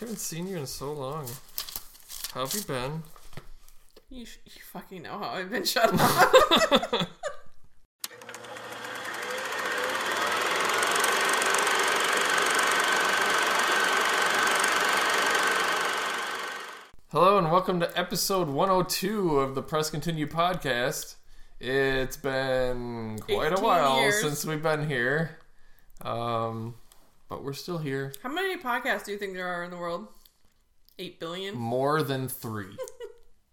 haven't seen you in so long. How have you been? You, sh- you fucking know how I've been shut up. Hello and welcome to episode 102 of the Press Continue podcast. It's been quite a 18 while years. since we've been here, um, but we're still here. how many podcasts do you think there are in the world? Eight billion. More than three,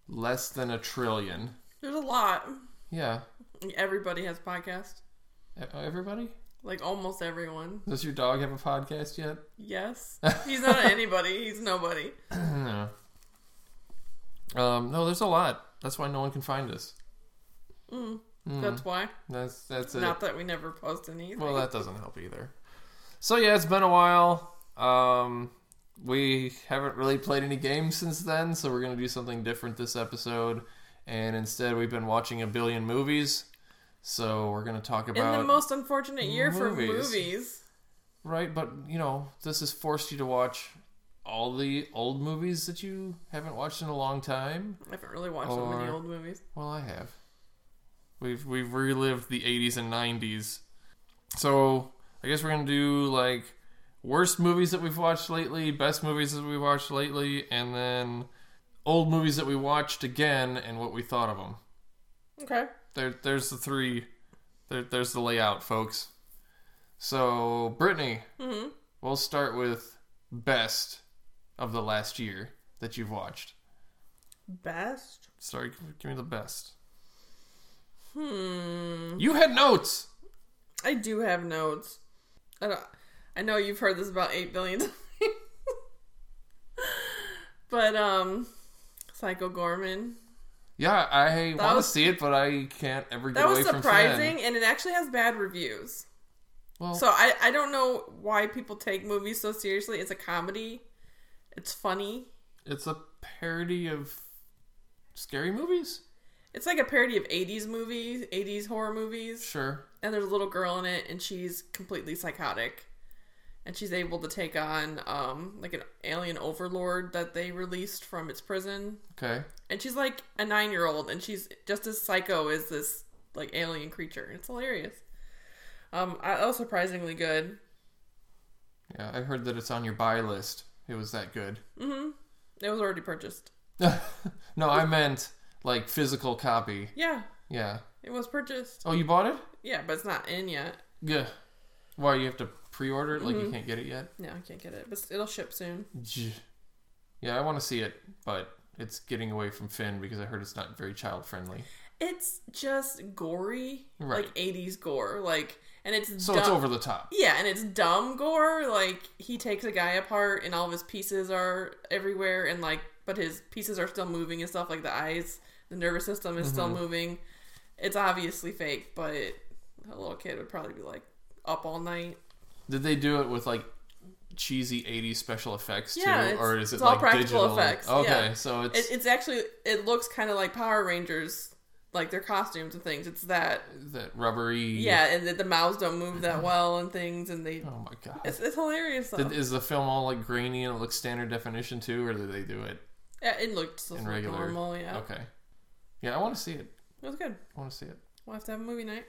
less than a trillion. There's a lot. Yeah, Everybody has podcasts. E- everybody. Like almost everyone. Does your dog have a podcast yet? Yes. He's not anybody. He's nobody. no. Um, no, there's a lot. That's why no one can find us. That's why. That's Mm. that's it. Not that we never post anything. Well, that doesn't help either. So yeah, it's been a while. Um, we haven't really played any games since then, so we're gonna do something different this episode. And instead, we've been watching a billion movies. So we're gonna talk in about the most unfortunate year for movies. movies. right, but you know, this has forced you to watch all the old movies that you haven't watched in a long time. I haven't really watched that many Or- old movies. Well, I have. We've we've relived the 80s and 90s. So, I guess we're going to do like worst movies that we've watched lately, best movies that we watched lately, and then old movies that we watched again and what we thought of them. Okay. There there's the three there, there's the layout, folks. So, Brittany, Mhm. we'll start with best of the last year that you've watched. Best. Sorry, give- give me the best. Hmm. You had notes. I do have notes. I, don't, I know you've heard this about 8 billion times. but, um, Psycho Gorman. Yeah, I want to was- see it, but I can't ever get That away was from Finn. surprising, and it actually has bad reviews. Well, So I, I don't know why people take movies so seriously. It's a comedy, it's funny. it's a parody of scary movies. It's like a parody of 80s movies, 80s horror movies. Sure. and there's a little girl in it and she's completely psychotic and she's able to take on um like an alien overlord that they released from its prison Okay. and she's like a nine year old and she's just as psycho as this like alien creature it's hilarious um I, that was surprisingly good Yeah, I heard that it's on your buy list. It was that good. it was already purchased no, I meant like physical copy. yeah Yeah. it was purchased Oh, you bought it? yeah but it's not in yet Yeah. Why you have to pre-order it? Like Mm-hmm. you can't get it yet? no i can't get it but it'll ship soon J- Yeah, I want to see it, but it's getting away from Finn because I heard it's not very child friendly. it's just gory Right. like 80s gore like and it's So it's dumb- over the top. Yeah, and it's dumb gore. Like he takes a guy apart, and all of his pieces are everywhere, and like, but his pieces are still moving and stuff. Like the eyes, the nervous system is still Mm-hmm. moving. It's obviously fake, but a little kid would probably be like up all night. Did they do it with like cheesy 80s special effects Yeah, too, it's- or is it it's all like practical digital? effects, Okay, yeah. so it's It, it's actually it looks kind of like Power Rangers, like their costumes and things. It's that that rubbery. yeah, and that the mouths don't move that well and things, and they Mm-hmm. Oh my god. it's, it's hilarious though. Did- is the film all like grainy and it looks standard definition too, or did they do it? yeah, it looked so in regular- normal. Yeah, Okay. Yeah, I want to see it. it was good. I want to see it. We'll have to have a movie night.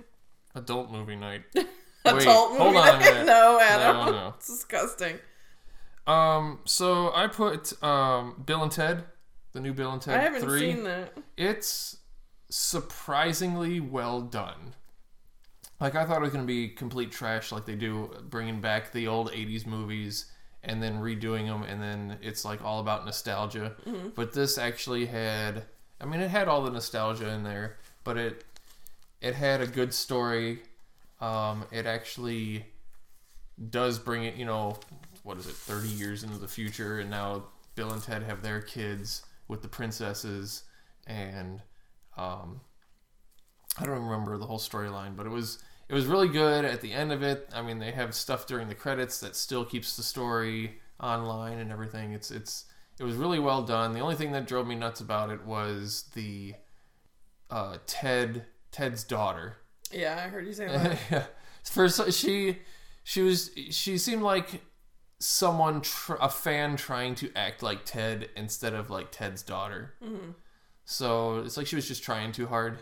Adult movie night. Wait, adult movie. hold on a minute. no, Adam. No, no. It's disgusting. Um, so I put um Bill and Ted, the new Bill and Ted I haven't three. seen that. it's surprisingly well done. Like I thought it was going to be complete trash, like they do bringing back the old '80s movies and then redoing them, and then it's like all about nostalgia. Mm-hmm. But this actually had, I mean, it had all the nostalgia in there, but it it had a good story. Um, it actually does bring it, you know, what is it, 30 years into the future, and now Bill and Ted have their kids with the princesses, and um, I don't remember the whole storyline, but it was it was really good. At the end of it, I mean, they have stuff during the credits that still keeps the story online and everything. It's it's it was really well done. The only thing that drove me nuts about it was the uh, Ted Ted's daughter. Yeah, I heard you say that. For so- she, she was she seemed like someone, tr- a fan trying to act like Ted instead of like Ted's daughter. Mm-hmm. So it's like she was just trying too hard.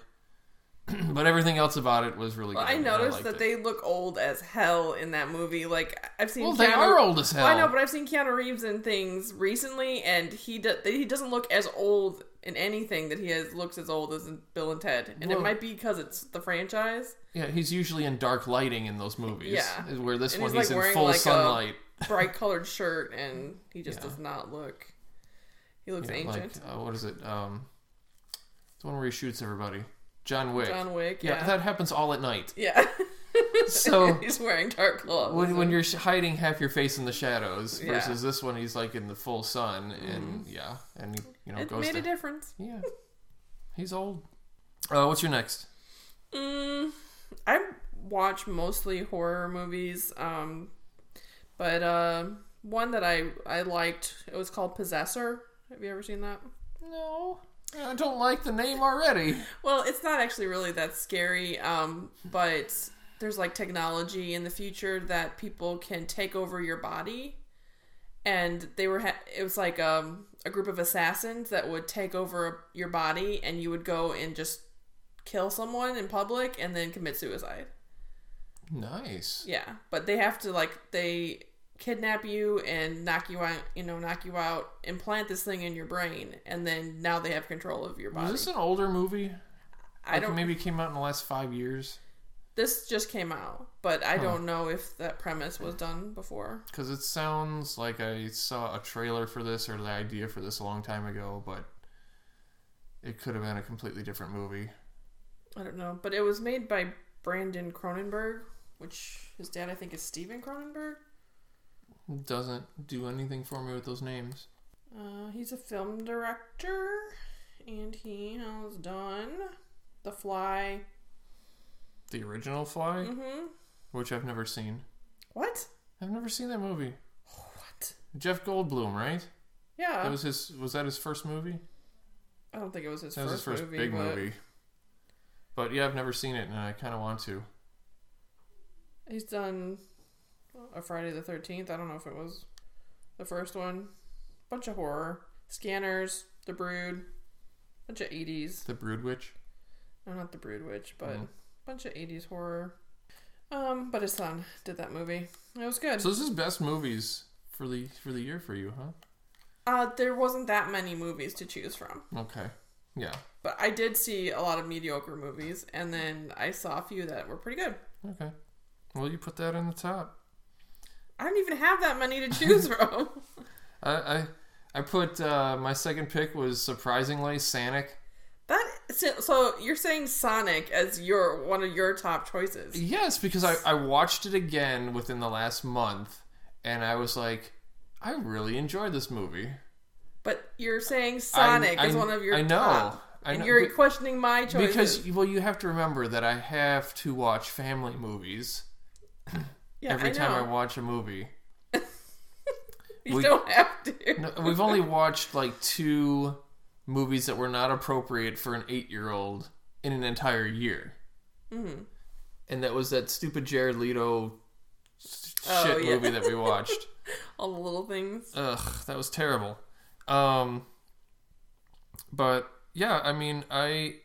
but everything else about it was really Well, good. I and noticed liked that it. they look old as hell in that movie. Like I've seen Well, they Keanu- are old as hell. Well, I know, but I've seen Keanu Reeves in things recently, and he do- he doesn't look as old in anything that he has looks as old as in Bill and Ted, and Well- it might be because it's the franchise, yeah, he's usually in dark lighting in those movies. Yeah. is where this And one he's, he's, like, in wearing, full like, a- sunlight. bright colored shirt, and he just Yeah. does not look. He looks Yeah, ancient. Like, uh, what is it? Um, it's the one where he shoots everybody. John Wick. John Wick, yeah, yeah, that happens all at night. yeah. So- he's wearing dark clothes. When, when you're sh- hiding half your face in the shadows Yeah. Mm-hmm. versus this one, he's like in the full sun and yeah, and he, you know it goes made to, a difference. yeah, he's old. Uh, what's your next? Mm, I watch mostly horror movies, um, but uh, one that I I liked it was called Possessor. Have you ever seen that? No, I don't like the name already. Well, it's not actually really that scary, um, but there's like technology in the future that people can take over your body, and they were ha- it was like um, a group of assassins that would take over your body, and you would go and just kill someone in public and then commit suicide. Nice. Yeah, but they have to like they kidnap you and knock you out, you know, knock you out, implant this thing in your brain, and then now they have control of your Is body. this an older movie? I Like, don't. Maybe it came out in the last five years This just came out, but I don't know if that premise was done before. because it sounds like I saw a trailer for this or the idea for this a long time ago, but it could have been a completely different movie. I don't know, but it was made by Brandon Cronenberg, which his dad I think is Steven Cronenberg. Doesn't do anything for me with those names. Uh, he's a film director, and he has done The Fly. The original Fly, Mm-hmm. which I've never seen. What? I've never seen that movie. What? Jeff Goldblum, right? Yeah. That was his. Was that his first movie? I don't think it was his, That first, was his first movie, big but movie. But yeah, I've never seen it, and I kind of want to. He's done a Friday the Thirteenth. I don't know if it was the first one. Bunch of horror, Scanners, The Brood, bunch of eighties. The Brood Witch. No, not The Brood Witch, but Mhm. bunch of eighties horror. Um, but his son did that movie. It was good. So this is best movies for the for the year for you, huh? uh, there wasn't that many movies to choose from, Okay. Yeah. but I did see a lot of mediocre movies, and then I saw a few that were pretty good. Okay. Well, you put that in the top. I don't even have that many to choose from. I I, I put uh, my second pick was surprisingly Sonic. That so, so you're saying Sonic as your one of your top choices. Yes, because I, I watched it again within the last month, and I was like, I really enjoyed this movie. But you're saying Sonic I- is one of your I know. top. I And know, you're be- questioning my choices. Because well, you have to remember that I have to watch family movies yeah, every I know. time I watch a movie. you we- don't have to. No, we've only watched like two movies that were not appropriate for an eight-year-old in an entire year, Mhm. and that was that stupid Jared Leto s- Oh, shit yeah. movie that we watched. All the little things. Ugh, that was terrible. Um, but yeah, I mean, I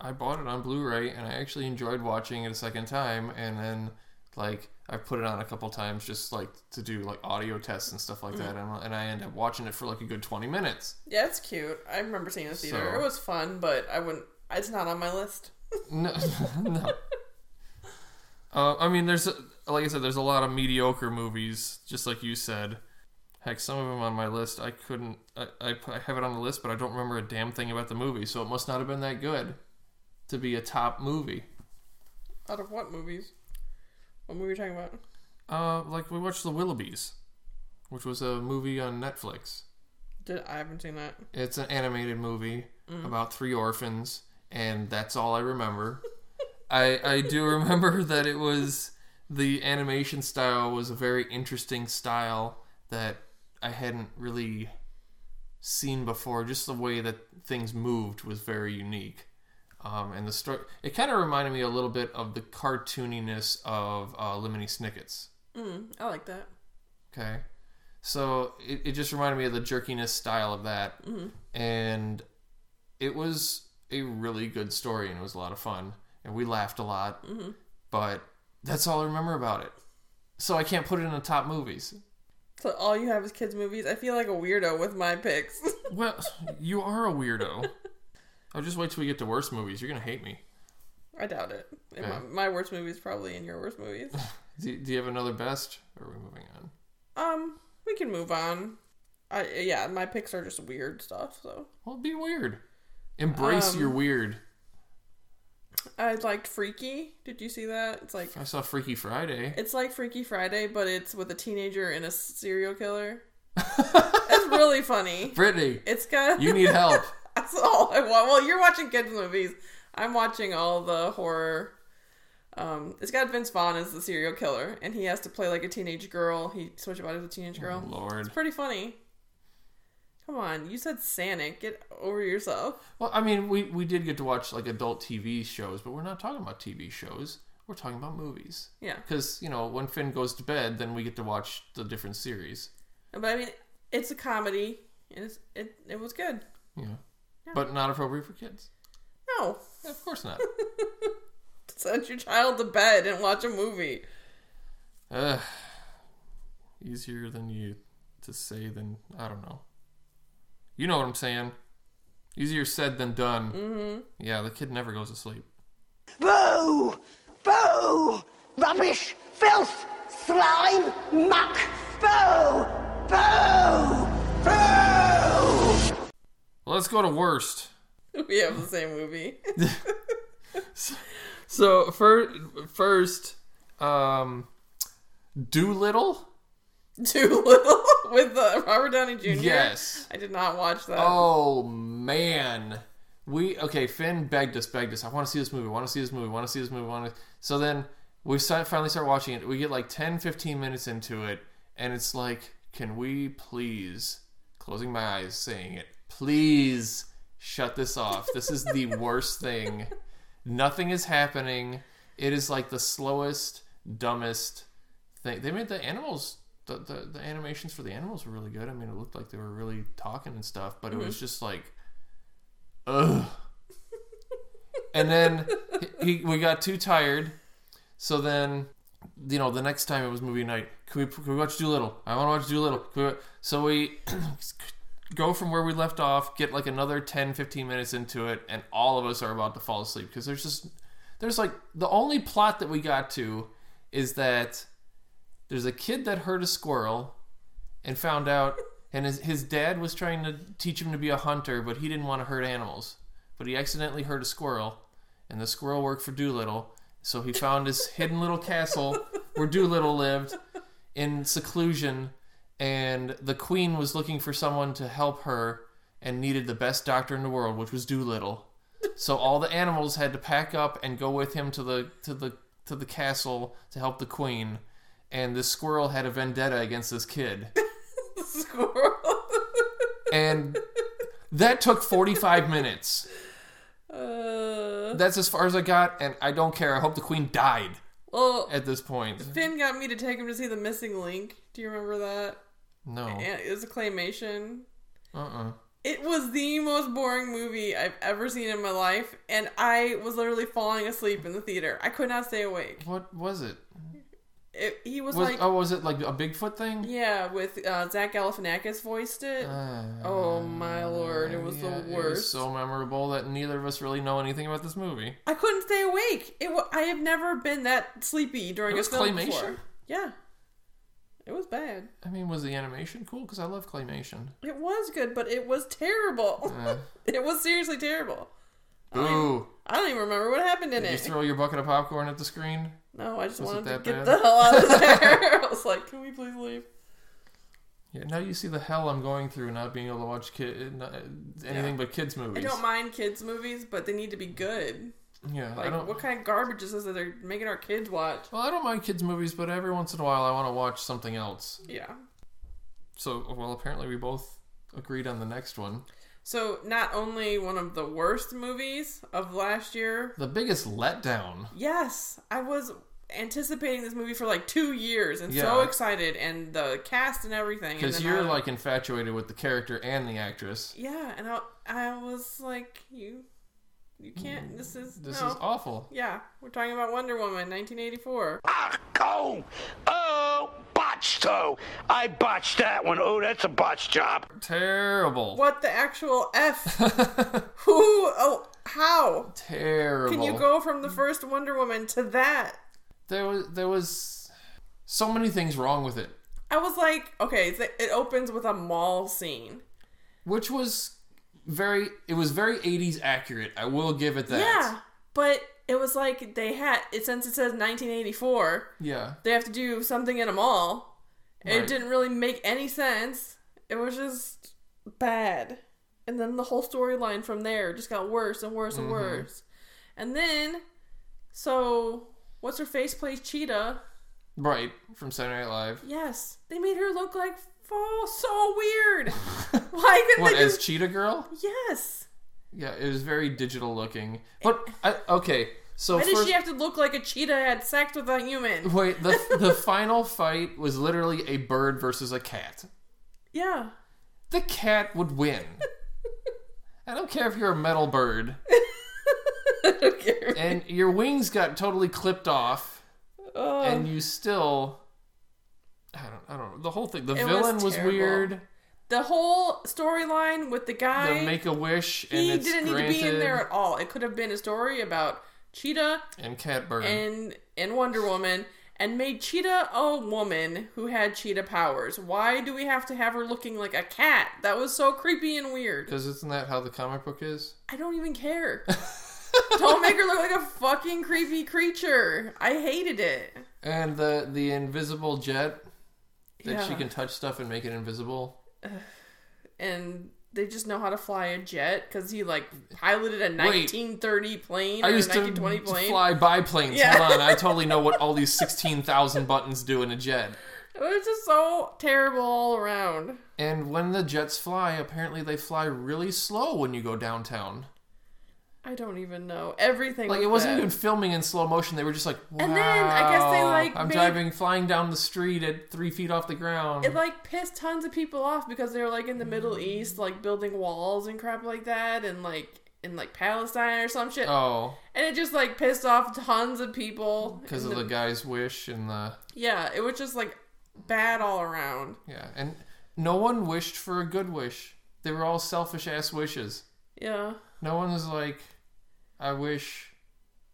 I bought it on Blu-ray and I actually enjoyed watching it a second time, and then like I put it on a couple times just like to do like audio tests and stuff like that, and, and I end up watching it for like a good twenty minutes. Yeah, it's cute. I remember seeing it in the theater. So- It was fun, but I wouldn't. It's not on my list. No, no. Uh, I mean, there's like I said, there's a lot of mediocre movies, just like you said. Heck, some of them on my list, I couldn't. I, I, put- I have it on the list, but I don't remember a damn thing about the movie, so it must not have been that good to be a top movie. Out of what movies? What movie are you talking about? Uh, like we watched The Willoughbys, which was a movie on Netflix. Did I haven't seen that? It's an animated movie about three orphans, and that's all I remember. I I do remember that it was the animation style was a very interesting style that I hadn't really seen before. Just the way that things moved was very unique, um, and the story. It kind of reminded me a little bit of the cartooniness of uh, Lemony Snicket's Mm, I like that. Okay. So it, it just reminded me of the jerkiness style of that. And it was a really good story and it was a lot of fun. And we laughed a lot. But that's all I remember about it. So I can't put it in the top movies. So all you have is kids movies. I feel like a weirdo with my picks. Well, you are a weirdo. I'll just wait till we get to worse movies. You're going to hate me. I doubt it. And Yeah. My, my worst movie is probably in your worst movies. Do, do you have another best? Or are we moving on? um, we can move on. I yeah, my picks are just weird stuff. So Well, be weird. Embrace your weird. I liked Freaky. Did you see that? It's like I saw Freaky Friday. it's like Freaky Friday, but it's with a teenager and a serial killer. it's really funny. Brittany, It's got you need help. That's all I want. Well, you're watching kids movies. I'm watching all the horror. Um, it's got Vince Vaughn as the serial killer, and he has to play like a teenage girl. He switch bodies with a teenage girl. Oh, Lord. It's pretty funny. Come on, you said Sanic. Get over yourself. Well, I mean, we, we did get to watch like adult TV shows, but we're not talking about TV shows. We're talking about movies. Yeah, Because, you know, when Finn goes to bed, then we get to watch the different series. but I mean, it's a comedy, and it's, it it was good. You know, but not appropriate for kids. No, Yeah, of course not. send your child to bed and watch a movie. Ugh. Easier than you to say than, I don't know. You know what I'm saying. Easier said than done. Mm-hmm. Yeah, the kid never goes to sleep. Boo! Boo! Rubbish! Filth! Slime! Muck! Boo! Boo! Boo! Well, let's go to worst. We have the same movie. So fir- first, um, Doolittle. Doolittle with the Robert Downey Jr. Yes. I did not watch that. Oh man, we okay. Finn begged us, begged us. I want to see this movie. Want to see this movie. Want to see this movie. Want to. So then we start, finally start watching it. We get like 10, 15 minutes into it, and it's like, can we please? Closing my eyes, saying it. Please shut this off. This is the worst thing. Nothing is happening. It is like the slowest, dumbest thing. They made the animals. The, the, the animations for the animals were really good. I mean, it looked like they were really talking and stuff, but it was just like, ugh. and then he, he- we got too tired. So then, you know, the next time it was movie night. Can we, can we watch Doolittle? I want to watch Doolittle. Can we, wa-" so we go from where we left off, get like another 10, 15 minutes into it, and all of us are about to fall asleep because there's just, there's like, the only plot that we got to is that there's a kid that hurt a squirrel and found out and his, his dad was trying to teach him to be a hunter but he didn't want to hurt animals but he accidentally hurt a squirrel and the squirrel worked for doolittle so he found his hidden little castle where doolittle lived in seclusion and the queen was looking for someone to help her and needed the best doctor in the world which was doolittle so all the animals had to pack up and go with him to the to the to the castle to help the queen and this squirrel had a vendetta against this kid Squirrel. and that took 45 minutes Uh, that's as far as i got and i don't care i hope the queen died well, at this point Finn got me to take him to see the Missing Link. Do you remember that? no And it was a claymation. uh-uh It was the most boring movie I've ever seen in my life, and I was literally falling asleep in the theater. I could not stay awake. what was it It, he was, was, like, oh was it like a bigfoot thing yeah, with uh, Zach Galifianakis voiced it. oh my lord, it was Uh, Ah, Yeah, the it worst. was so memorable that neither of us really know anything about this movie I couldn't stay awake. It. wa I have never been that sleepy during It was a film claymation? before. Yeah, it was bad. i mean was the animation cool because i love claymation It was good, but it was terrible. Uh. it was seriously terrible. ooh I eh. don't even remember what happened in you it. throw your bucket of popcorn at the screen no, I just Was it that wanted to get bad? the hell out of there. I was like, can we please leave? Yeah, now you see the hell I'm going through not being able to watch kid, not, anything but kids I movies. don't mind kids' movies, but they need to be good. yeah, I Like, don't. what kind of garbage is this that they're making our kids watch? Well, I don't mind kids movies, but every once in a while I want to watch something else. Yeah. So, well, apparently we both agreed on the next one. So, not only one of the worst movies of last year, The biggest letdown. Yes, I was anticipating this movie for like two years and so Yeah. excited, and the cast and everything. and Because then you're I- like infatuated with the character and the actress. yeah, and I, I was like, you, you can't. This is This no. is awful. Yeah, we're talking about Wonder Woman, 1984. Ah, go! Oh, botched, oh! I botched that one. Oh, that's a botched job. Terrible. What the actual f? Who? Oh, how Terrible. can you go from the first Wonder Woman to that? There was there was so many things wrong with it, I was like, okay, it's- it opens with a mall scene. which was very it was very 80s accurate. I will give it Yeah, that. but it was like they had it since it says 1984. Yeah. They have to do something in a mall. It Right. didn't really make any sense. It was just bad. And then the whole storyline from there just got worse and worse and Mm-hmm. worse. And then, so what's her face plays Cheetah? Right. From Saturday Night Live. Yes, they made her look like fall so weird. Why couldn't What they as just? Cheetah Girl? yes. Yeah, it was very digital looking. But I, okay, so Why first does she have to look like a cheetah had sex with a human? wait, the the final fight was literally a bird versus a cat. Yeah. The cat would win. I don't care if you're a metal bird okay. and your wings got totally clipped off Oh, and you still I don't I don't know. The whole thing the It was villain was, terrible. weird. The whole storyline with the The guy, make a wish and he it's didn't need granted Oh. to be in there at all. It could have been a story about Cheetah and cat bird. and and Wonder Woman and made Cheetah a woman who had cheetah powers. Why do we have to have her looking like a cat? That was so creepy and weird. Because isn't that how the comic book is? I don't even care. Don't make her look like a fucking creepy creature. I hated it. And the the invisible jet that she Yeah. can touch stuff and make it invisible. and they just know how to fly a jet because he like piloted a 1930 plane I or a used to 1920 plane. fly biplanes. Yeah. Hold on, I totally know what all these sixteen thousand buttons do in a jet. It was just so terrible all around. And when the jets fly, apparently they fly really slow when you go downtown. I don't even know everything. Like was it wasn't bad. even filming in slow motion. They were just like, wow, And then, I guess they, like, I'm made- driving, flying down the street at three feet off the ground. It like pissed tons of people off because they were like in the Middle East, like building walls and crap like that, and like in like Palestine or some shit. oh, And it just like pissed off tons of people because And of the the- guy's wish and the Yeah, it was just like bad all around. yeah, and no one wished for a good wish. They were all selfish ass wishes. Yeah. No one was like, I wish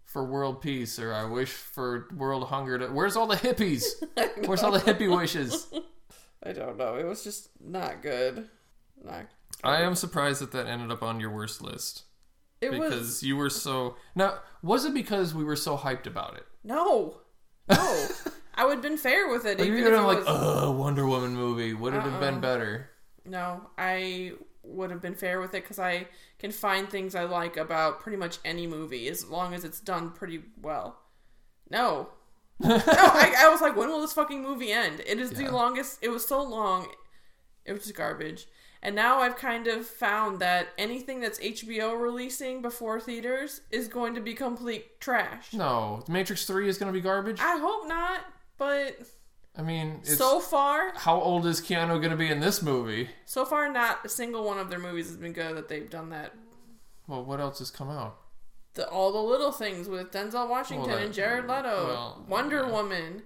for world peace or I wish for world hunger. To... Where's all the hippies? Where's all the hippie wishes? I don't know. It was just not good. Not. I am surprised that that ended up on your worst list It was because you were so. Now, was it because we were so hyped about it? no, no. I would have been fair with it. Like, even you if would it have like, was, oh, Wonder Woman movie. Would it have Uh-uh. been better? no, I would have been fair with it because I can find things I like about pretty much any movie as long as it's done pretty well. No, no. I, I was like, when will this fucking movie end? It is the longest. It was so long. It was just garbage. And now I've kind of found that anything that's HBO releasing before theaters is going to be complete trash. No, Matrix Three is going to be garbage. I, I hope not, but mean, it's, so far, how old is Keanu going to be in this movie? so far, not a single one of their movies has been good that they've done that. Well, what else has come out? The, all the little things with Denzel Washington Well, that- and Jared Leto, well, Wonder Woman,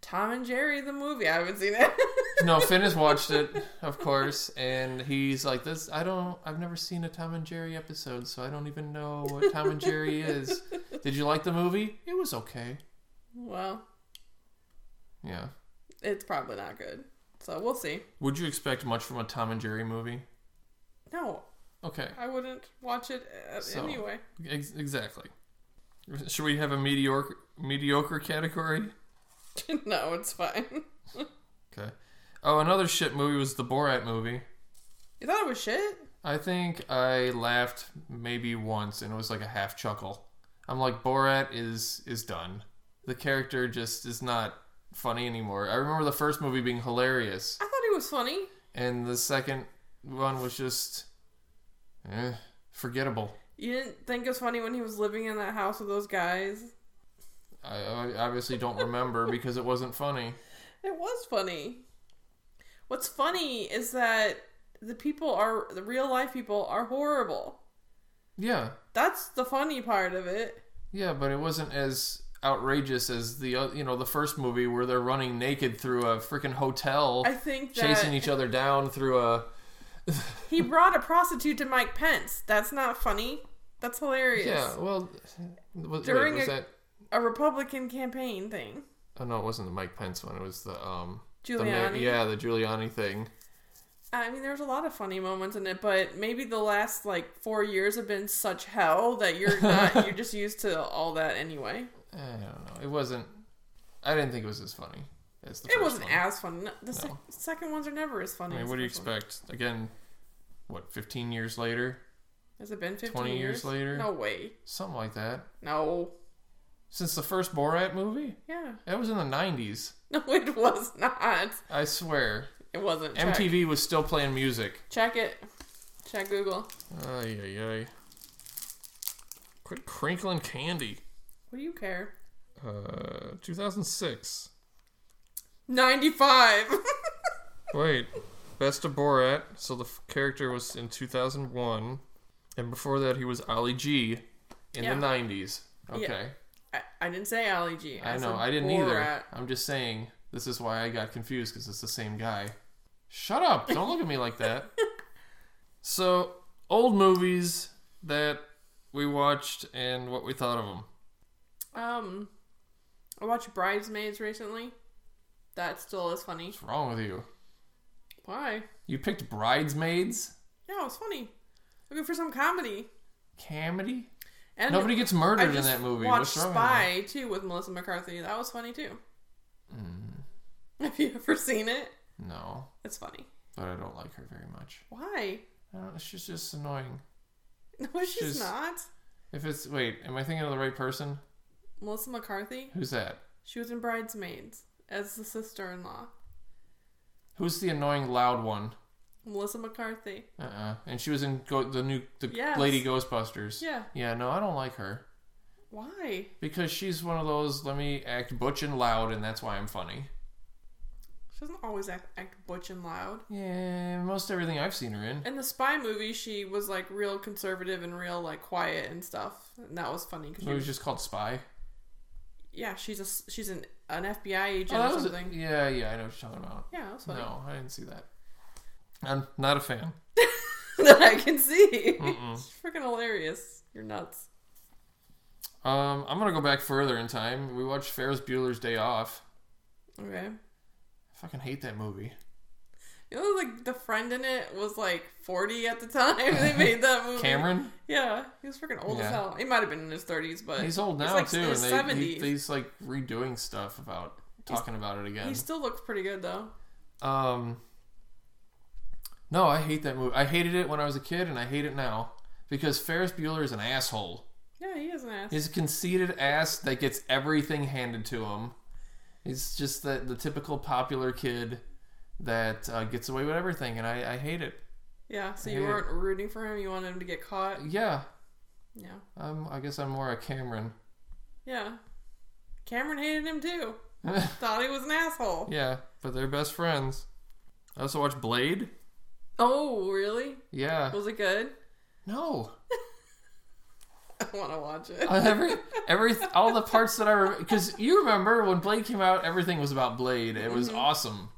Tom and Jerry the movie. I haven't seen it. No, Finn has watched it, of course, and he's like, "This, I don't, I've never seen a Tom and Jerry episode, so I don't even know what Tom and Jerry is." Did you like the movie? It was okay. well, Yeah. it's probably not good, so we'll see. Would you expect much from a Tom and Jerry movie? No, Okay. I wouldn't watch it uh, So- anyway. Ex- exactly. Should we have a mediocre mediocre category? no, it's fine. Okay. Oh, another shit movie was the Borat movie. You thought it was shit? I think I laughed maybe once, and it was like a half chuckle. I'm like, Borat is is done. The character just is not funny anymore. I remember the first movie being hilarious, I thought it was funny. and the second one was just eh, forgettable. You didn't think it was funny when he was living in that house with those guys. I, I obviously don't remember because it wasn't funny. It was funny. What's funny is that the people are the real life people are horrible. Yeah, That's the funny part of it. yeah, but it wasn't as outrageous as the uh, you know the first movie where they're running naked through a freaking hotel, I think that chasing each other down through a. he brought a prostitute to Mike Pence. That's not funny. That's hilarious. Yeah, well, was, During wait, was a- that? A Republican campaign thing. Oh no, it wasn't the Mike Pence one. It was the um, the ma- Giuliani. yeah, the Giuliani thing. I mean, there's a lot of funny moments in it, but maybe the last like four years have been such hell that you're not you're just used to all that anyway. I don't know. It wasn't. I didn't think it was as funny as the. It first wasn't one. as funny. No, the sec- second ones are never as funny. I mean, as what do you the first one. expect? Again, what? Fifteen years later, Has it been 15 20 years later? No way. something like that. No. Since the first Borat movie, Yeah. that was in the nineties. No, it was not. I swear, It wasn't. Check. MTV was still playing music. Check it. Check Google. Ay ay ay. Quit crinkling candy. What do you care? Uh, 2006. 95. Wait, best of Borat. So the f- character was in 2001, and before that he was Ali G in Yeah. the 90s. Okay, I, I didn't say Ali G. I know said I didn't either. Borat. I'm just saying this is why I got confused because it's the same guy. Shut up! Don't look at me like that. So old movies that we watched and what we thought of them. Um, I watched Bridesmaids recently. That still is funny. What's wrong with you? Why? You picked Bridesmaids No, it's funny. Looking for some comedy. comedy. And Nobody gets I murdered in just that movie. What's watched wrong? with you? Spy too with Melissa McCarthy. That was funny too. Hmm. Have you ever seen it? No, It's funny. but I don't like her very much. Why? I don't know, she's just annoying. No, she's She's- not. If it's wait, am I thinking of the right person? Melissa McCarthy. Who's that? She was in Bridesmaids as the sister-in-law. Who's the annoying loud one? Melissa McCarthy. Uh uh And she was in go- the new the Yes. Lady Ghostbusters. Yeah. Yeah. No, I don't like her Why? because she's one of those. Let me act butch and loud, and that's why I'm funny. She doesn't always act, act butch and loud. Yeah, most everything I've seen her in. In the spy movie, she was like real conservative and real like quiet and stuff, and that was funny because It was just called Spy. yeah, she's a s- she's an an FBI agent Oh, that or was a- something. yeah, yeah, I know what you're talking about. Yeah, that was funny. No, I didn't see that. I'm not a fan. that I can see. it's freaking hilarious. You're nuts. Um, I'm gonna go back further in time. We watched Ferris Bueller's Day Off. Okay. I fucking hate that movie. You know, like the friend in it was like 40 at the time they made that movie. Cameron. Yeah, he was freaking old as Yeah. hell. He might have been in his 30s, but He's old now like too, in and his they, he, 70s. he's like redoing stuff about talking about it again. he still looks pretty good though. Um, no, I hate that movie. I hated it when I was a kid, and I hate it now because Ferris Bueller is an asshole. Yeah, he is an ass. He's a conceited ass that gets everything handed to him. He's just the the typical popular kid that uh, gets away with everything, and I, I hate it. yeah, so you Yeah. weren't rooting for him. You wanted him to get caught. Yeah, Yeah. I'm, I guess I'm more a Cameron. Yeah. Cameron hated him too. Thought he was an asshole. Yeah, but they're best friends. I also watched Blade. Oh, really? Yeah. Was it good? No. I want to watch it. every every all the parts that I because you remember when Blade came out, everything was about Blade. It was awesome.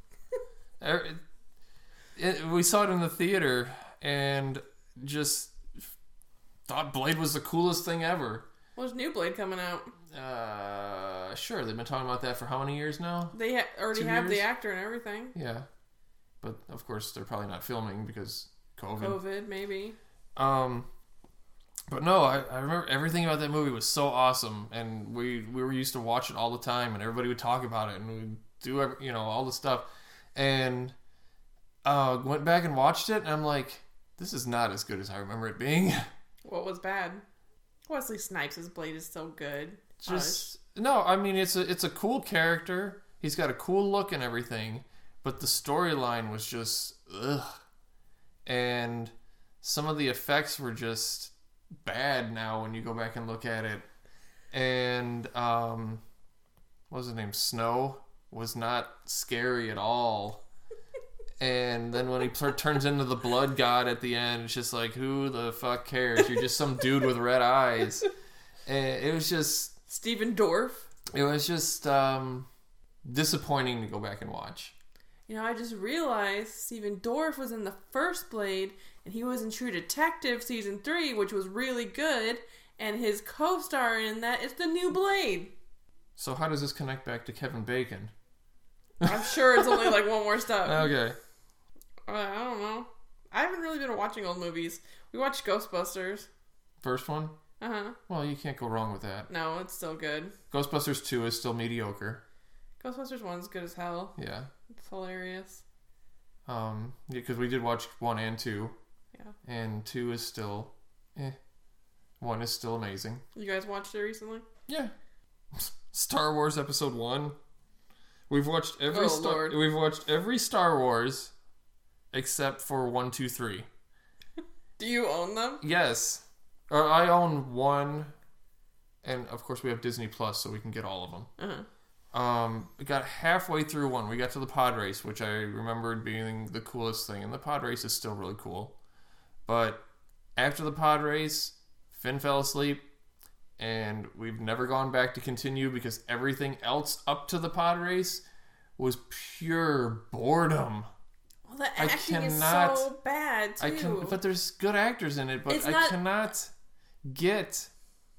Every- it- we saw it in the theater and just thought Blade was the coolest thing ever. What's New Blade coming out? Uh, sure, they've been talking about that for how many years now? They ha- already Two have the years? actor and everything. Yeah, but of course they're probably not filming because COVID. COVID, maybe. Um, but no, I, I remember everything about that movie was so awesome, and we we were used to watch it all the time, and everybody would talk about it, and we'd do ev- you know all the stuff, and uh, went back and watched it, and I'm like, this is not as good as I remember it being. What was bad? Wesley Snipes' Blade is so good. Uh, Just no, I mean it's a it's a cool character. He's got a cool look and everything, but the storyline was just ugh, and some of the effects were just bad now when you go back and look at it. And um, what was his name Snow was not scary at all. And then when he tur- turns into the blood god at the end, it's just like who the fuck cares? You're just some dude with red eyes. And it was just Steven Dorff. it was just um, disappointing to go back and watch. You know, I just realized Steven Dorff was in the first Blade, and he was in True Detective season three, which was really good. And his co-star in that is the new Blade. So how does this connect back to Kevin Bacon? I'm sure it's only like one more step. Okay. Uh, I don't know. I haven't really been watching old movies. We watched Ghostbusters. First one? Uh huh. Well, you can't go wrong with that. No, it's still good. Ghostbusters 2 is still mediocre. Ghostbusters one's good as hell. Yeah. It's hilarious. Um, because we did watch 1 and 2. Yeah. And 2 is still eh. 1 is still amazing. You guys watched it recently? Yeah. Star Wars episode 1. We've watched every Oh, Star Lord. we've watched every Star Wars except for one, two, three. Do you own them? Yes. Uh, I own one, and of course we have Disney Plus, so we can get all of them. Uh-huh. Um, we got halfway through one. We got to the pod race, which I remembered being the coolest thing, and the pod race is still really cool. But after the pod race, Finn fell asleep, and we've never gone back to continue because everything else up to the pod race was pure boredom. Well, the acting is so cannot- bad too. I can, but there's good actors in it, but It's I not- cannot get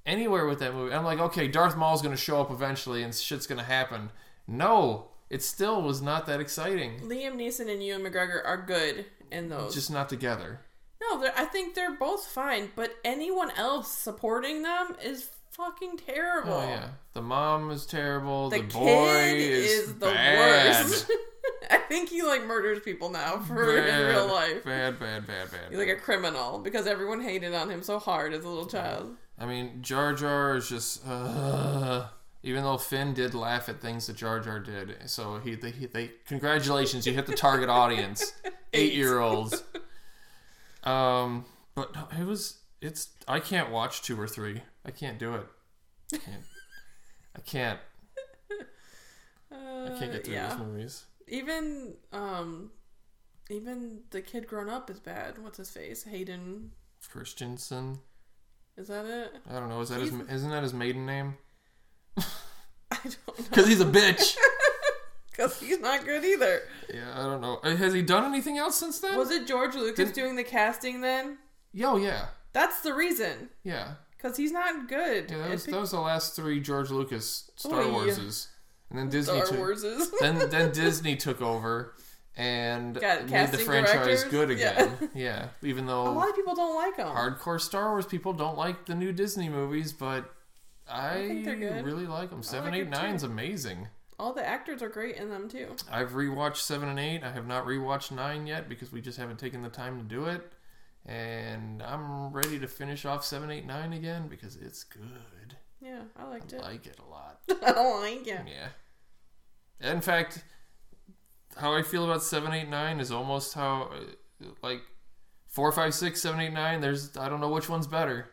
anywhere with that movie. I'm like, okay, Darth Maul's gonna show up eventually, and shit's gonna happen. No, it still was not that exciting. Liam Neeson and Ewan McGregor are good in those. Just not together. No, they're, I think they're both fine, but anyone else supporting them is fucking terrible. Oh yeah, the mom is terrible. The, The, kid boy is, the bad. worst. I think he like murders people now for in Bad, real life. bad, bad, bad, bad. He's like a criminal because everyone hated on him so hard as a little child. I mean, Jar Jar is just. Uh, even though Finn did laugh at things that Jar Jar did, so he they, he, they congratulations, you hit the target audience, eight year olds. Um, but no, it was it's I can't watch two or three. I can't do it. I can't. I can't. I can't get through Uh, yeah. these movies. Even um, even the kid grown up is bad. What's his face? Hayden. Christensen. Is that it? I don't know. Is that his? Isn't that his maiden name? I don't know Because he's a bitch. because he's not good either. yeah, I don't know. Uh, Has he done anything else since then? Was it George Lucas doing the casting then? Yo, yeah, That's the reason. yeah. Because he's not good. Yeah, that It was, pic- that was the last three George Lucas Star Oh, yeah. Warses, and then Disney Star took Wars is. then then Disney took over and Got made the casting franchise directors? good Yeah. again. Yeah, even a lot though of people don't like him. hardcore Star Wars people don't like the new Disney movies, but I, think they're good. really like them. Seven, like eight, 'em nine's amazing. All the actors are great in them too. I've rewatched seven and eight. I have not rewatched nine yet because we just haven't taken the time to do it. And I'm ready to finish off seven, eight, nine again because it's good. Yeah, I liked it. I like it a lot. I don't like it. Yeah. In fact, how I feel about seven, eight, nine is almost how, uh, like, four, five, six, seven, eight, nine. There's I don't know which one's better,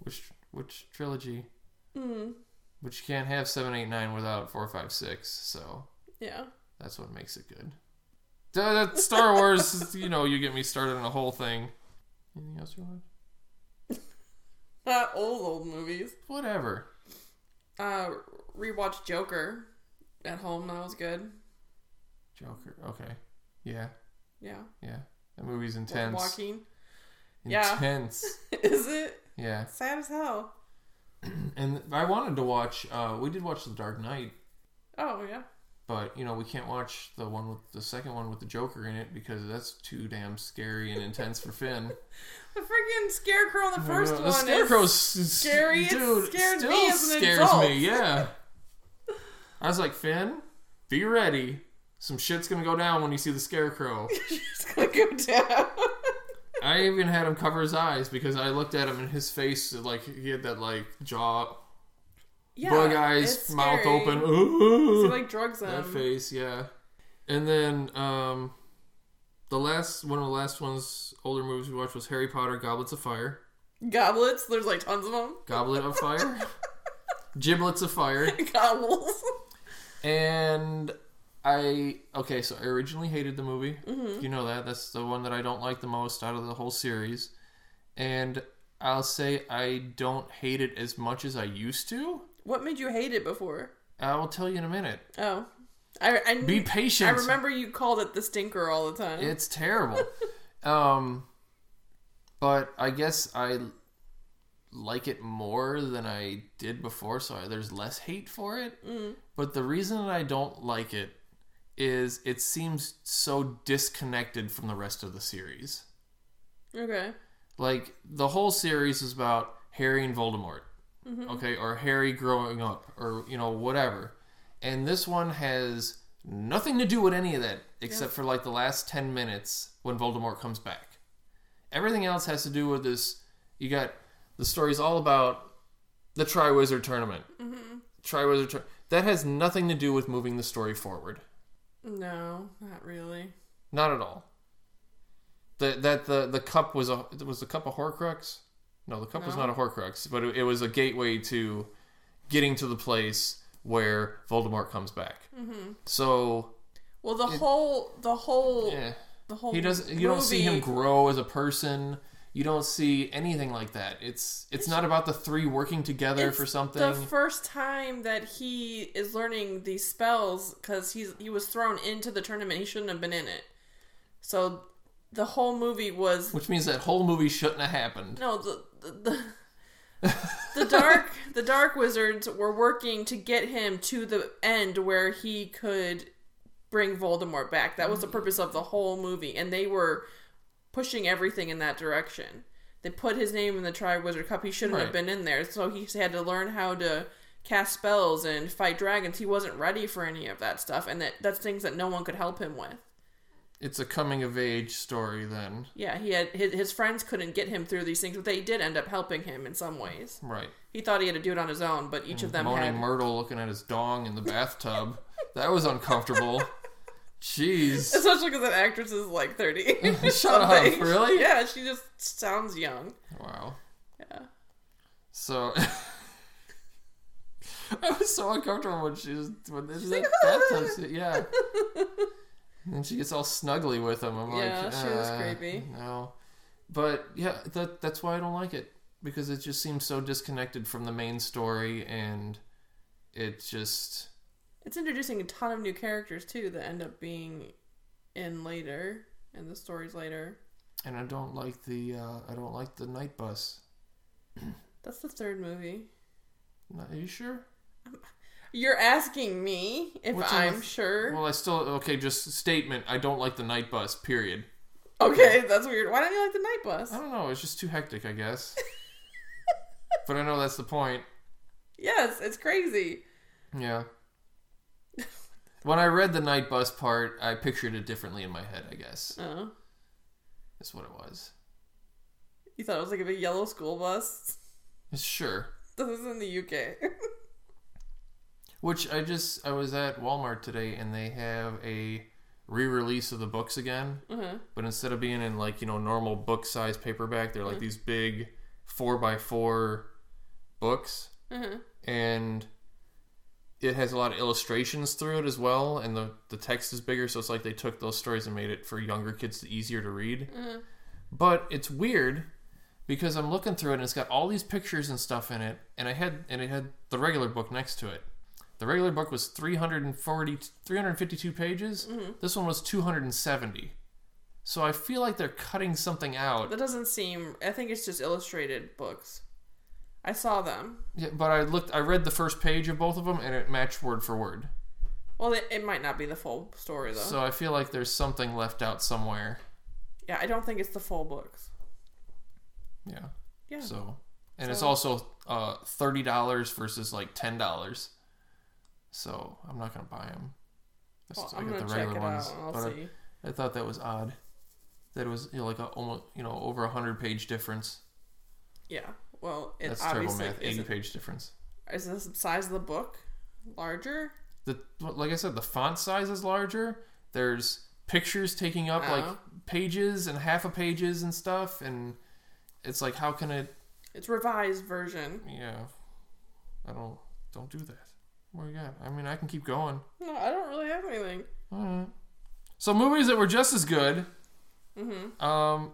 which which trilogy. Mm, But you can't have seven, eight, nine without four, five, six. So yeah. that's what makes it good. Duh, that Star Wars, you know, you get me started on a whole thing. Anything else you want? Not old old movies. Whatever. Uh, rewatched Joker at home. That was good. Joker. Okay. Yeah. Yeah. Yeah. That movie's intense. Walking. yeah. Intense. Is it yeah. sad as hell? And I wanted to watch. Uh, we did watch The Dark Knight, Oh yeah. but you know we can't watch the one with the second one with the Joker in it because that's too damn scary and intense for Finn. The freaking scarecrow in the first Oh the one. Scarecrow, Is, scary. It scared still me as an scares adult. me. Yeah. I was like, Finn, be ready. Some shit's gonna go down when you see the Scarecrow. it's gonna go down. I even had him cover his eyes because I looked at him and his face like he had that like jaw, yeah. bug eyes, it's mouth scary. open. He Ooh. like drugs them. That face, yeah. And then um, the last one of the last ones older movies we watched was Harry Potter: Goblets of Fire, Goblets. There's like tons of them. Goblet of Fire, Giblets of Fire, Gobbles. And I okay, so I originally hated the movie. Mm-hmm. You know that that's the one that I don't like the most out of the whole series. And I'll say I don't hate it as much as I used to. What made you hate it before? I will tell you in a minute. Oh, I, I Be patient. I remember you called it the stinker all the time. It's terrible. um, but I guess I like it more than I did before, so I, there's less hate for it. But the reason that I don't like it is it seems so disconnected from the rest of the series. okay. Like the whole series is about Harry and Voldemort, okay, or Harry growing up, or you know whatever. And this one has nothing to do with any of that except for like the last ten minutes when Voldemort comes back. Everything else has to do with this. You got the story's all about the Triwizard Tournament. Mm-hmm. Triwizard Tour- that has nothing to do with moving the story forward. No, not really. Not at all. The, that the the cup was a was the cup a Horcrux? No, the cup was not a Horcrux, but it, it was a gateway to getting to the place where Voldemort comes back. Mm-hmm. So Well, the whole, the whole, eh. the whole. he doesn't. You don't see him movie- grow as a person. You don't see anything like that. It's it's not about the three working together It's for something. The first time that he is learning these spells because he's he was thrown into the tournament, he shouldn't have been in it. So the whole movie was which means that whole movie shouldn't have happened. no the the. the, the dark the dark wizards were working to get him to the end where he could bring Voldemort back. That was the purpose of the whole movie and they were pushing everything in that direction. They put his name in the Triwizard Cup. He shouldn't have Right. been in there. So he had to learn how to cast spells and fight dragons. He wasn't ready for any of that stuff and that that's things that no one could help him with. It's a coming of age story then. Yeah, he had his, his friends couldn't get him through these things, but they did end up helping him in some ways. Right. He thought he had to do it on his own, but each of them Moaning had. Myrtle looking at his dong in the bathtub. that was uncomfortable. Jeez. Especially because that actress is like 30. Shut up, Like, Uh-huh, really? Yeah, she just sounds young. Wow. Yeah. So I was so uncomfortable when she was when this that "Ah." bathtub scene- Yeah. And then she gets all snuggly with him. I'm Yeah, like, she was uh, creepy. No. But yeah, that that's why I don't like it. Because it just seems so disconnected from the main story and it just It's introducing a ton of new characters, too, that end up being in later, in the stories later. and I don't like the uh, I don't like the night bus. That's the third movie. Are you sure? You're asking me if What's in the I'm th- sure. Well, I still okay. Just statement. I don't like the night bus. Period. okay, that's weird. Why don't you like the night bus? I don't know. It's just too hectic, I guess. but I know that's the point. Yes, it's crazy. Yeah. When I read the night bus part, I pictured it differently in my head. I guess Oh. that's what it was. You thought it was like a big yellow school bus? Sure. This is in the UK. Which I just I was at Walmart today and they have a re-release of the books again, but instead of being in like you know normal book size paperback, they're like these big four by four books, and it has a lot of illustrations through it as well, and the the text is bigger, so it's like they took those stories and made it for younger kids easier to read. But it's weird because I'm looking through it and it's got all these pictures and stuff in it, and I had and it had the regular book next to it. The regular book was 340, 352 pages. This one was 270. So I feel like they're cutting something out. That doesn't seem. I think it's just illustrated books. I saw them. Yeah, but I looked, I read the first page of both of them, and it matched word for word. Well, it, it might not be the full story though. So I feel like there's something left out somewhere. yeah, I don't think it's the full books. Yeah. Yeah. So, and it's also uh, thirty dollars versus like ten dollars. So I'm not gonna buy them. Well, I'm gonna check it out. and I'll but see. I, I thought that was odd. That it was you know, like a, almost you know over a hundred page difference. Yeah. Well, it That's terrible obviously math. Eighty isn't- page difference. is the size of the book larger? The like I said, the font size is larger. There's pictures taking up like Oh. pages and half a pages and stuff, and it's like how can it It's revised version. Yeah. I don't don't do that. What do you got? I mean, I can keep going. No, I don't really have anything. So movies that were just as good. Mm-hmm. Um,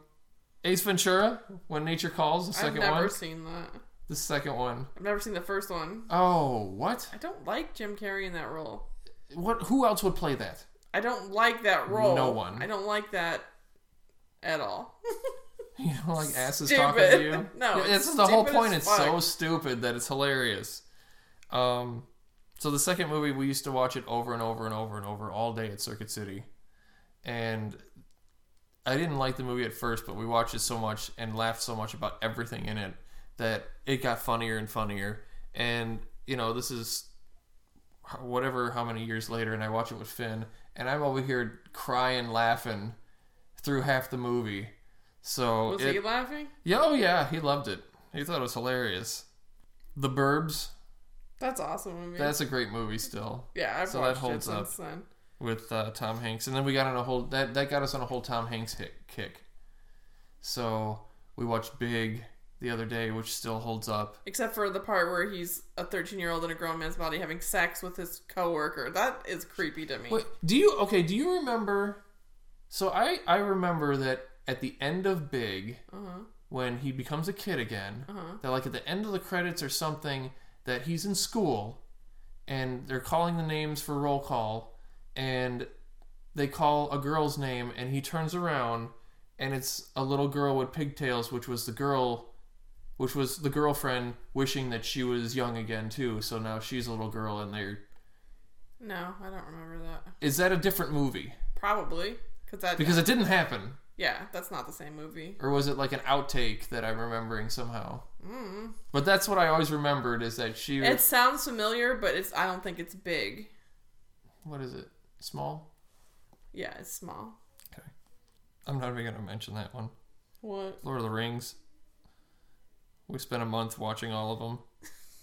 Ace Ventura: When Nature Calls, the I've second never one. seen that. The second one. I've never seen the first one. Oh, what? I don't like Jim Carrey in that role. What? Who else would play that? I don't like that role. No one. I don't like that at all. You know, like asses Stupid. talking to you. No, Yeah, it's this is the whole stupid as point. It's fuck. so stupid that it's hilarious. Um, so the second movie we used to watch it over and over and over and over all day at Circuit City, and I didn't like the movie at first, but we watched it so much and laughed so much about everything in it that it got funnier and funnier. And you know, this is h- whatever how many years later, and I watch it with Finn, and I'm over here crying, laughing through half the movie. So Was it- he laughing? yeah, oh yeah, he loved it. He thought it was hilarious. The Burbs, That's awesome. Movie. that's a great movie still yeah, I've so that watched holds it up. since then. with uh, Tom Hanks, and then we got on a whole that that got us on a whole Tom Hanks hit, kick. So we watched Big the other day, which still holds up. Except for the part where he's a 13 year old in a grown man's body having sex with his coworker. That is creepy to me. Wait, do you okay? Do you remember? So I I remember that at the end of Big, when he becomes a kid again, that like at the end of the credits or something, that he's in school, and they're calling the names for roll call, and they call a girl's name, and he turns around, and it's a little girl with pigtails, which was the girl. Which was the girlfriend wishing that she was young again too, so now she's a little girl and they're No, I don't remember that. is that a different movie? Probably. Cause that, Because it didn't happen. yeah, that's not the same movie. Or was it like an outtake that I'm remembering somehow? Mm. But that's what I always remembered is that she was. It sounds familiar, but it's I don't think it's big. what is it? Small? Yeah, it's small. Okay. I'm not even going to mention that one. What? Lord of the Rings. We spent a month watching all of them.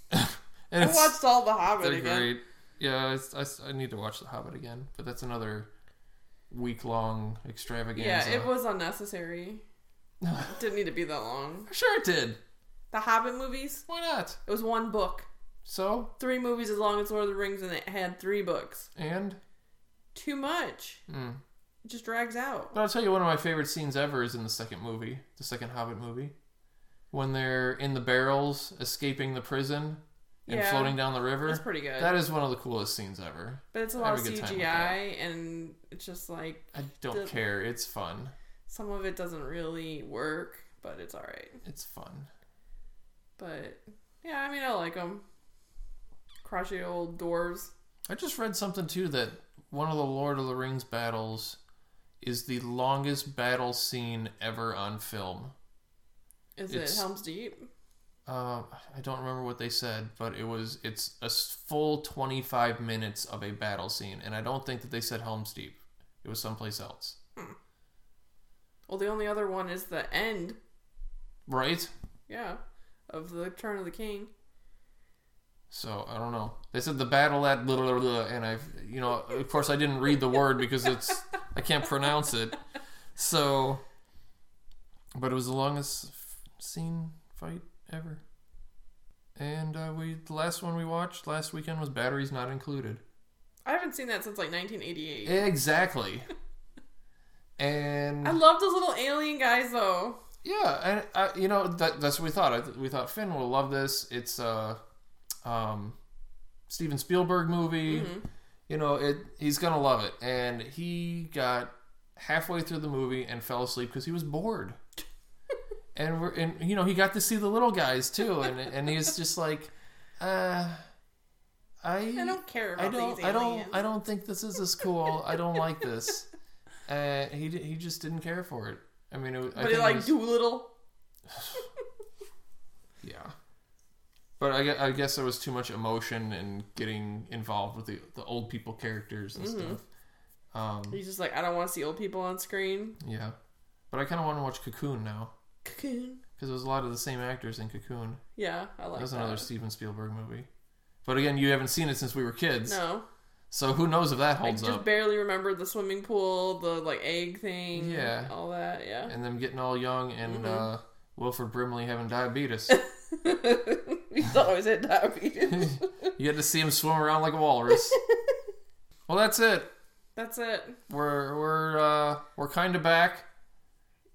and I it's, watched all The Hobbit they're again. great. Yeah, it's, I, s- I need to watch The Hobbit again. But that's another week long Yeah, extravaganza. it was unnecessary. It didn't need to be that long. Sure, it did. The Hobbit movies, Why not? it was one book. So, Three movies as long as Lord of the Rings, and it had three books. and. Too much. Mm. It just drags out. But I'll tell you, one of my favorite scenes ever is in the second movie, the second Hobbit movie, when they're in the barrels escaping the prison and Yeah. floating down the river. That's pretty good. That is one of the coolest scenes ever. But it's a I lot have of a good time with CGI, and it's just like I don't The- care. It's fun. some of it doesn't really work, but it's all right. It's fun. But yeah, I mean, I like them. Crotchety old dwarves. I just read something too that one of the Lord of the Rings battles is the longest battle scene ever on film. Is It's- it Helm's Deep? Uh, I don't remember what they said, but it was it's a s- full 25 minutes of a battle scene, and I don't think that they said Helm's Deep. It was someplace else, Well, the only other one is the end. right? Yeah, of the Turn of the King. So I don't know. They said the battle at blah, blah, blah, and I've you know of course I didn't read the word because it's I can't pronounce it. So, but it was the longest f- scene fight ever. And uh, we the last one we watched last weekend was Batteries Not Included. I haven't seen that since like 1988. Exactly. and I love those little alien guys though. yeah, and I, you know that, that's what we thought. I, th- we thought Finn will love this. It's a um, Steven Spielberg movie. Mm-hmm. You know, it he's gonna love it. And he got halfway through the movie and fell asleep because he was bored. and we're and you know he got to see the little guys too, and and he's just like, uh, I I don't care about I don't. these I aliens. don't. I don't think this is as cool. I don't like this. Uh, he di- he just didn't care for it. I mean, it, was- I But think it it like was- Doolittle. yeah. But I, gue- I guess there was too much emotion and getting involved with the the old people characters Mm-hmm. and stuff. Um, He's just like, I don't want to see old people on screen. yeah. But I kind of want to watch Cocoon now Cocoon. because there's a lot of the same actors in Cocoon. Yeah, I like That was that. another Steven Spielberg movie. But again, you haven't seen it since we were kids, No, so who knows if that I holds just up? barely remember the swimming pool, the like egg thing. Yeah. all that. Yeah. Mm-hmm. and them getting all young and uh, Wilford Brimley having diabetes. He's always had diabetes. You had to see him swim around like a walrus. well, that's it. That's it. We're we're uh, we're kind of back.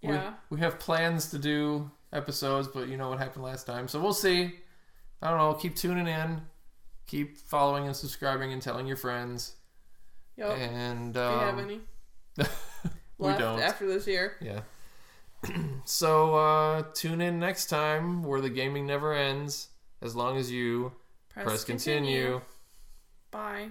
We- Yeah. We, have plans to do episodes, but you know what happened last time, so we'll see. I don't know. Keep tuning in. Keep following and subscribing and telling your friends. Yep. And Oh, Do um, you have any we left don't. after this year? Yeah. so uh, tune in next time where the gaming never ends as long as you press, continue. Bye.